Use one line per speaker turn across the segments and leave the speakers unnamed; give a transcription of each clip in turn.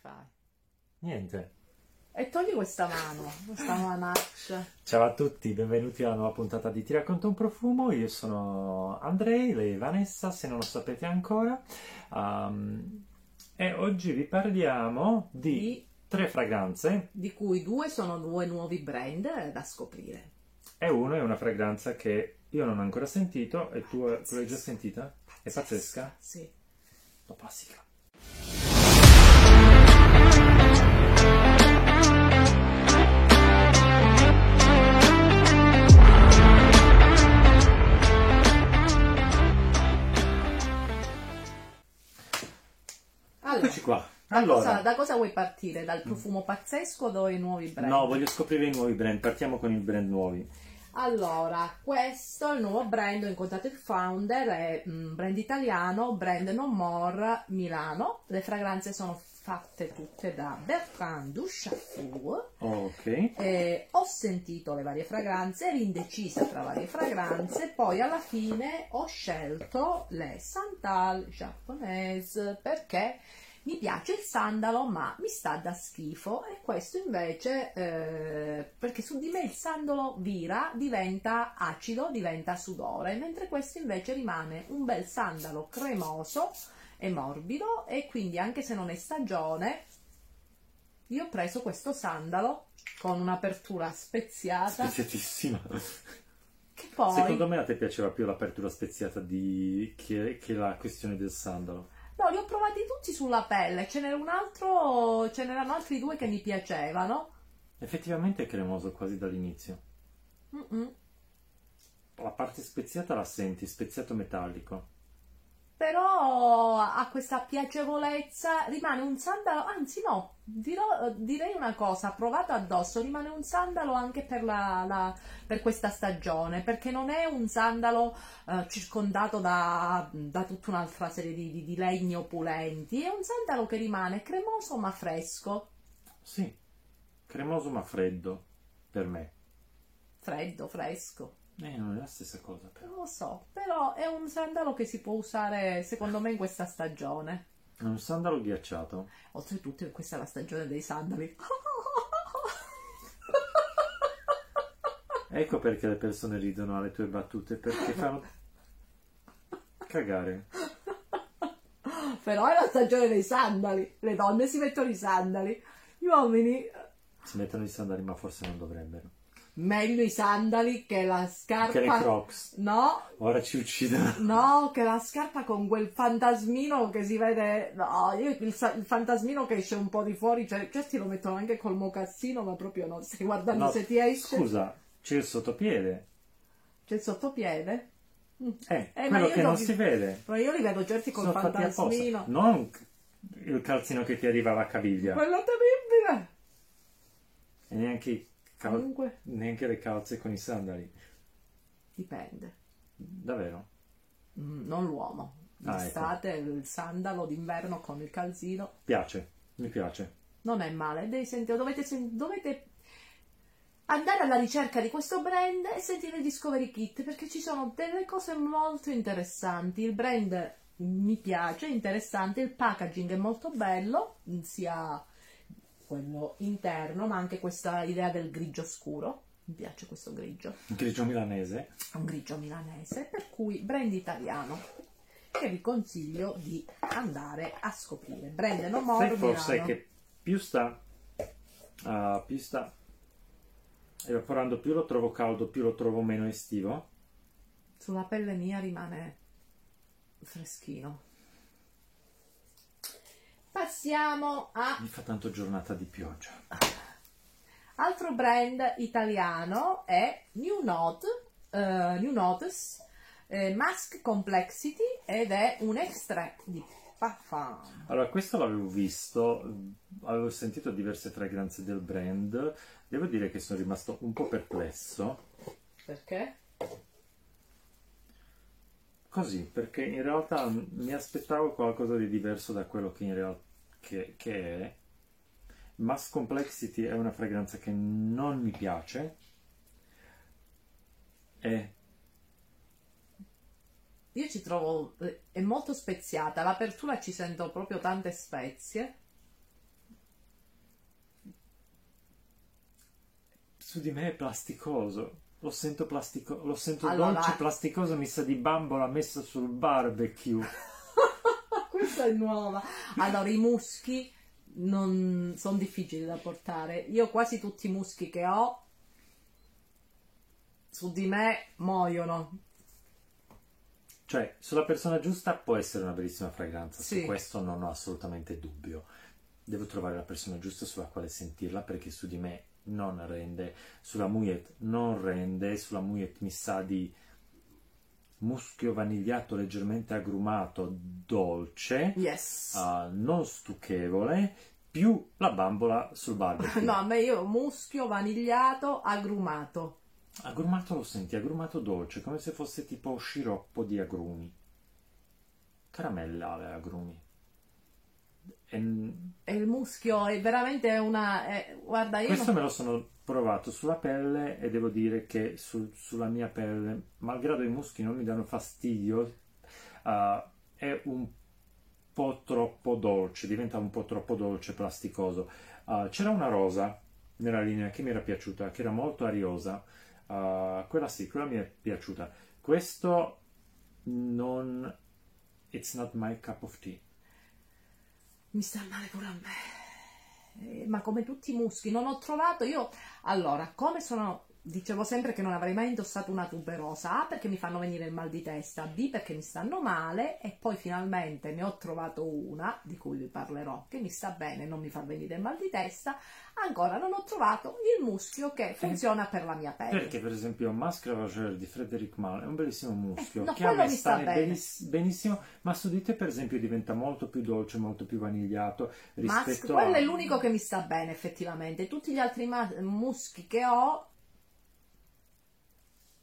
fai?
Niente.
E togli questa mano, questa manaccia.
Ciao a tutti, benvenuti alla nuova puntata di Ti racconto un profumo. Io sono Andrei, lei è Vanessa, se non lo sapete ancora. Ehm, e oggi vi parliamo di,
Di,
tre fragranze
di cui due sono due nuovi brand da scoprire.
e uno è una fragranza che io non ho ancora sentito e tu
Pazzesca.
l'hai già sentita? È pazzesca?
Sì.
Dopo la sigla.
Allora,
Eccoci qua.
Sara,
Allora, Mm.
da cosa vuoi partire? Dal profumo pazzesco o dai nuovi brand?
no, voglio scoprire i nuovi brand. Partiamo con i brand nuovi.
Allora, questo è il nuovo brand, ho incontrato il founder, è un brand italiano, brand No More Milano. Le fragranze sono fatte tutte da Bertrand Duchafour.
Ok.
Eh, ho sentito le varie fragranze, ero indecisa tra varie fragranze, poi alla fine ho scelto le Santal giapponese perché mi piace il sandalo ma mi sta da schifo e questo invece eh, perché su di me il sandalo vira, diventa acido, diventa sudore, mentre questo invece rimane un bel sandalo cremoso e morbido e quindi anche se non è stagione io ho preso questo sandalo con un'apertura speziata
Speziatissima.
che poi
Secondo me a te piaceva più l'apertura speziata di... che, che la questione del sandalo.
no, li ho provati tutti sulla pelle ce n'era un altro ce n'erano altri due che mi piacevano
Effettivamente è cremoso quasi dall'inizio.
Mm-mm.
La parte speziata la senti, speziato metallico.
però ha questa piacevolezza rimane un sandalo anzi no dirò- direi una cosa provato addosso rimane un sandalo anche per, la- la- per questa stagione perché non è un sandalo eh, circondato da, da tutta un'altra serie di, di- di legni opulenti è un sandalo che rimane cremoso ma fresco
Sì, cremoso ma freddo, per me.
freddo fresco
Eh, non è la stessa cosa però.
non lo so però è un sandalo che si può usare secondo me in questa stagione
È un sandalo ghiacciato.
Oltretutto questa è la stagione dei sandali.
Ecco perché le persone ridono alle tue battute, perché fanno cagare.
Però è la stagione dei sandali. Le donne si mettono i sandali. Gli uomini eh,
Si mettono i sandali ma forse non dovrebbero.
meglio i sandali che la
Che le
scarpa.
crocs.
No,
Ora ci uccidono.
no, che la scarpa con quel fantasmino che si vede. No, io il, sa- il fantasmino che esce un po' di fuori, cioè certi lo mettono anche col mocassino, ma proprio no. Stai guardando
No,
se ti esce.
Scusa, c'è il sottopiede.
C'è il sottopiede. Mm.
Eh,
Eh, ma
quello
io
che
non
non
vi-
si vede.
Però io li vedo certi col
Sono fatti apposta.
fantasmino.
Non c- il calzino che ti arriva alla caviglia.
Quello terribile.
E neanche, i cal-
Comunque,
neanche le calze con i sandali.
dipende.
Davvero?
Mm, Non l'uomo.
Ah, ecco.
D'estate il sandalo, d'inverno con il calzino.
Piace, mi piace.
Non è male. Devi sentire- dovete, sen- dovete andare alla ricerca di questo brand e sentire il Discovery Kit perché ci sono delle cose molto interessanti. Il brand mi piace, è interessante. Il packaging è molto bello, sia quello interno, ma anche questa idea del grigio scuro. Mi piace questo grigio.
Il grigio milanese.
un grigio milanese, per cui brand italiano che vi consiglio di andare a scoprire. Brand No More
Sai forse
Milano.
che più sta, ah, più sta evaporando, più lo trovo caldo, più lo trovo meno estivo.
sulla pelle mia rimane freschino. Passiamo a
Mi fa tanto giornata di pioggia.
altro brand italiano è New Note, eh, New Notes eh, Mask Complexity ed è un extrait di parfum.
Allora, questo l'avevo visto, avevo sentito diverse fragranze del brand, devo dire che sono rimasto un po' perplesso,
Perché?
così, perché in realtà mi aspettavo qualcosa di diverso da quello che in realtà che, che è. Mass Complexity è una fragranza che non mi piace e
Io ci trovo, eh, è molto speziata, l'apertura ci sento proprio tante spezie.
su di me è plasticoso. Lo sento, plastico- lo sento
Allora-
dolce, plasticoso, mi sa di bambola messa sul barbecue.
Questa è nuova. Allora, i muschi non sono difficili da portare. Io quasi tutti i muschi che ho su di me muoiono.
Cioè, sulla persona giusta può essere una bellissima fragranza,
Sì.
su questo non ho assolutamente dubbio. Devo trovare la persona giusta sulla quale sentirla perché su di me non rende, sulla Mouiet non rende, sulla Mouiet mi sa di muschio vanigliato leggermente agrumato, dolce,
Yes.
ah, non stucchevole, più la bambola sul barbecue.
No, a me io muschio vanigliato agrumato.
Agrumato lo senti, agrumato dolce, come se fosse tipo sciroppo di agrumi. Caramella alle agrumi. E-
E il muschio è veramente una... è- guarda, io
questo
non...
me lo sono provato sulla pelle e devo dire che sul- sulla mia pelle, malgrado i muschi non mi danno fastidio, ah, è un po' troppo dolce, diventa un po' troppo dolce, plasticoso. Ah, c'era una rosa nella linea che mi era piaciuta, che era molto ariosa. Ah, quella sì, quella mi è piaciuta. Questo non... It's not my cup of tea.
Mi sta male pure a me. Eh, Ma come tutti i muschi, non ho trovato io. Allora, come sono. Dicevo sempre che non avrei mai indossato una tuberosa. A perché mi fanno venire il mal di testa, B perché mi stanno male e poi finalmente ne ho trovato una di cui vi parlerò che mi sta bene, non mi fa venire il mal di testa. Ancora non ho trovato il muschio che funziona per la mia pelle.
Eh. Perché per esempio Masque Ravageur di Frederic Malle è un bellissimo muschio
Eh, no,
che a
quello
me
mi
sta
sta bene.
beniss- benissimo, ma su di te per esempio diventa molto più dolce, molto più vanigliato
Ma
rispetto a...
quello è l'unico che mi sta bene effettivamente. Tutti gli altri ma- muschi che ho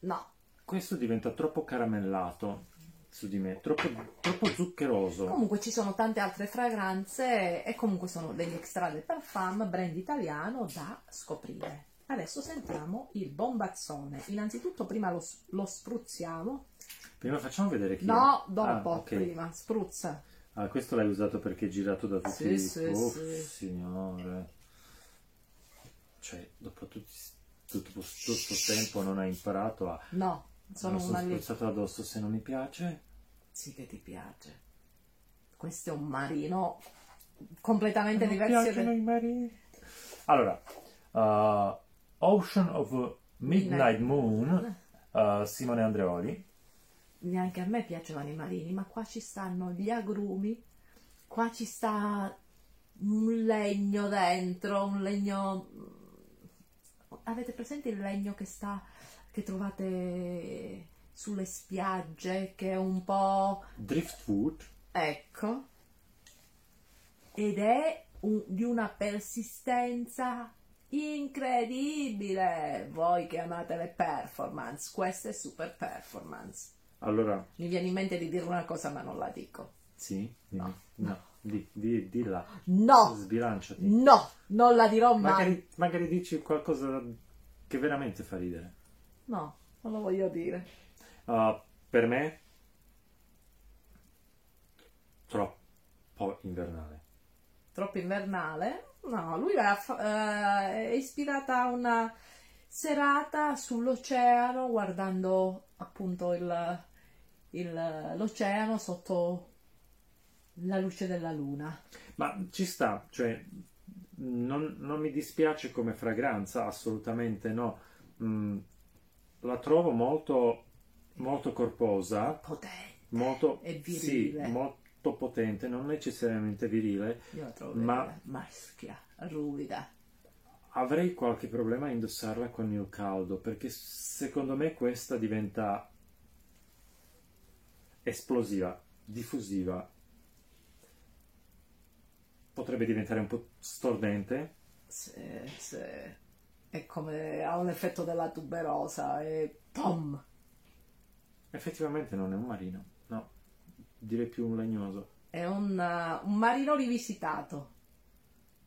no.
Questo diventa troppo caramellato su di me, troppo, troppo zuccheroso.
Comunque ci sono tante altre fragranze e comunque sono degli extra del parfum, brand italiano da scoprire. Adesso sentiamo il bombazzone. Innanzitutto prima lo, s- lo spruzziamo.
Prima facciamo vedere chi
No,
è.
dopo,
Ah, ok.
prima, spruzza.
Ah, questo l'hai usato perché è girato da tutti
Sì, sì,
i... oh,
sì.
signore. Cioè, dopo tutti- tutto questo tempo non hai imparato a...
No, sono
Sono
una lì.
spruzzato addosso se non mi piace.
Sì che ti piace. Questo è un marino completamente
Mi
diverso.
piacciono i marini. Allora, uh, Ocean of Midnight
Midnight. Ah.
Moon, uh, Simone Andreoli.
neanche a me piacevano i marini, ma qua ci stanno gli agrumi, qua ci sta un legno dentro, un legno... Avete presente il legno che sta, che trovate sulle spiagge, che è un po'...
Driftwood,
Ecco. Ed è un- di una persistenza incredibile. Voi che amate le performance, questa è super performance.
allora,
Mi viene in mente di dire una cosa ma non la dico.
sì, dimmi. no, di, di, di là,
No,
sbilanciati.
no, non la dirò mai.
Magari, magari dici qualcosa che veramente fa ridere.
No, non lo voglio dire.
Uh, per me, troppo invernale.
Troppo invernale. No, lui era fa- eh, è ispirata a una serata sull'oceano guardando appunto il- il- l'oceano sotto la luce della luna.
Ma ci sta, cioè non, non mi dispiace come fragranza, assolutamente no. Mm, la trovo molto, molto corposa,
Potente.
molto,
E
sì,
virile.
molto potente, non necessariamente virile.
Io la trovo
Ma-
bella, maschia, ruvida.
Avrei qualche problema a indossarla con il caldo, perché secondo me questa diventa esplosiva, diffusiva. Potrebbe diventare un po' stordente.
Se- se- è come ha un effetto della tuberosa e pom!
Effettivamente non è un marino, no, direi più un legnoso.
È un, uh, un marino rivisitato.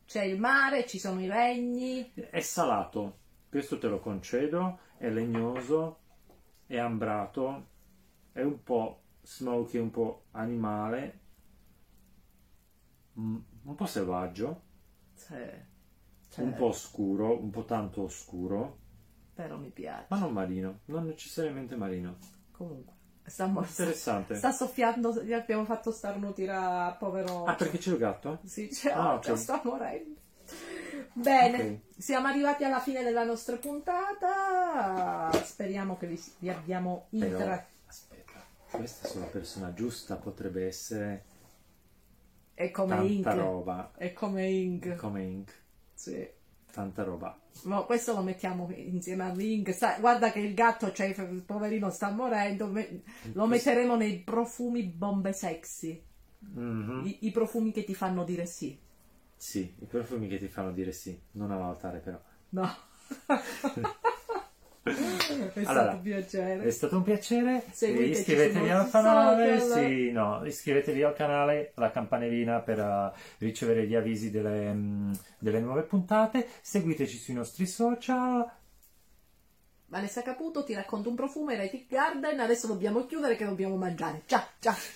C'è il mare, ci sono i legni,
È salato, questo te lo concedo, è legnoso, è ambrato, è un po' smoky, un po' animale, mm, un po' selvaggio,
c'è, c'è-
un po' scuro, un po' tanto oscuro,
però mi piace.
ma non marino, non necessariamente marino.
Comunque, stiamo-
Interessante.
sta soffiando, gli abbiamo fatto starnutire, povero...
Ah, perché c'è il gatto?
Sì, c'è
Ah,
Otto,
ok.
sta morendo. Bene,
Ok.
siamo arrivati alla fine della nostra puntata. Speriamo che vi, vi abbiamo
Però-
intrattenuto.
Aspetta, questa sulla persona giusta potrebbe essere
È come
tanta
Ink.
roba.
È come Ink.
Come Inc.
Sì.
Tanta roba.
No, questo lo mettiamo insieme a Ring. Sa- guarda che il gatto, cioè, il poverino, sta morendo. Me- lo metteremo nei profumi bombe sexy.
Mhm.
I, i profumi che ti fanno dire sì.
Sì, i profumi che ti fanno dire sì, non a valutare però.
No. È stato
Allora,
un piacere.
È stato un piacere.
Seguiteci
Eh, iscrivetevi
sui
al
nostri
canale.
social.
Sì, no, iscrivetevi al canale, la campanellina per eh, ricevere gli avvisi delle, mm, delle nuove puntate. Seguiteci sui nostri social.
Vanessa Caputo ti racconto un profumo, Eretic Garden. Adesso dobbiamo chiudere che dobbiamo mangiare. Ciao, ciao, ciao.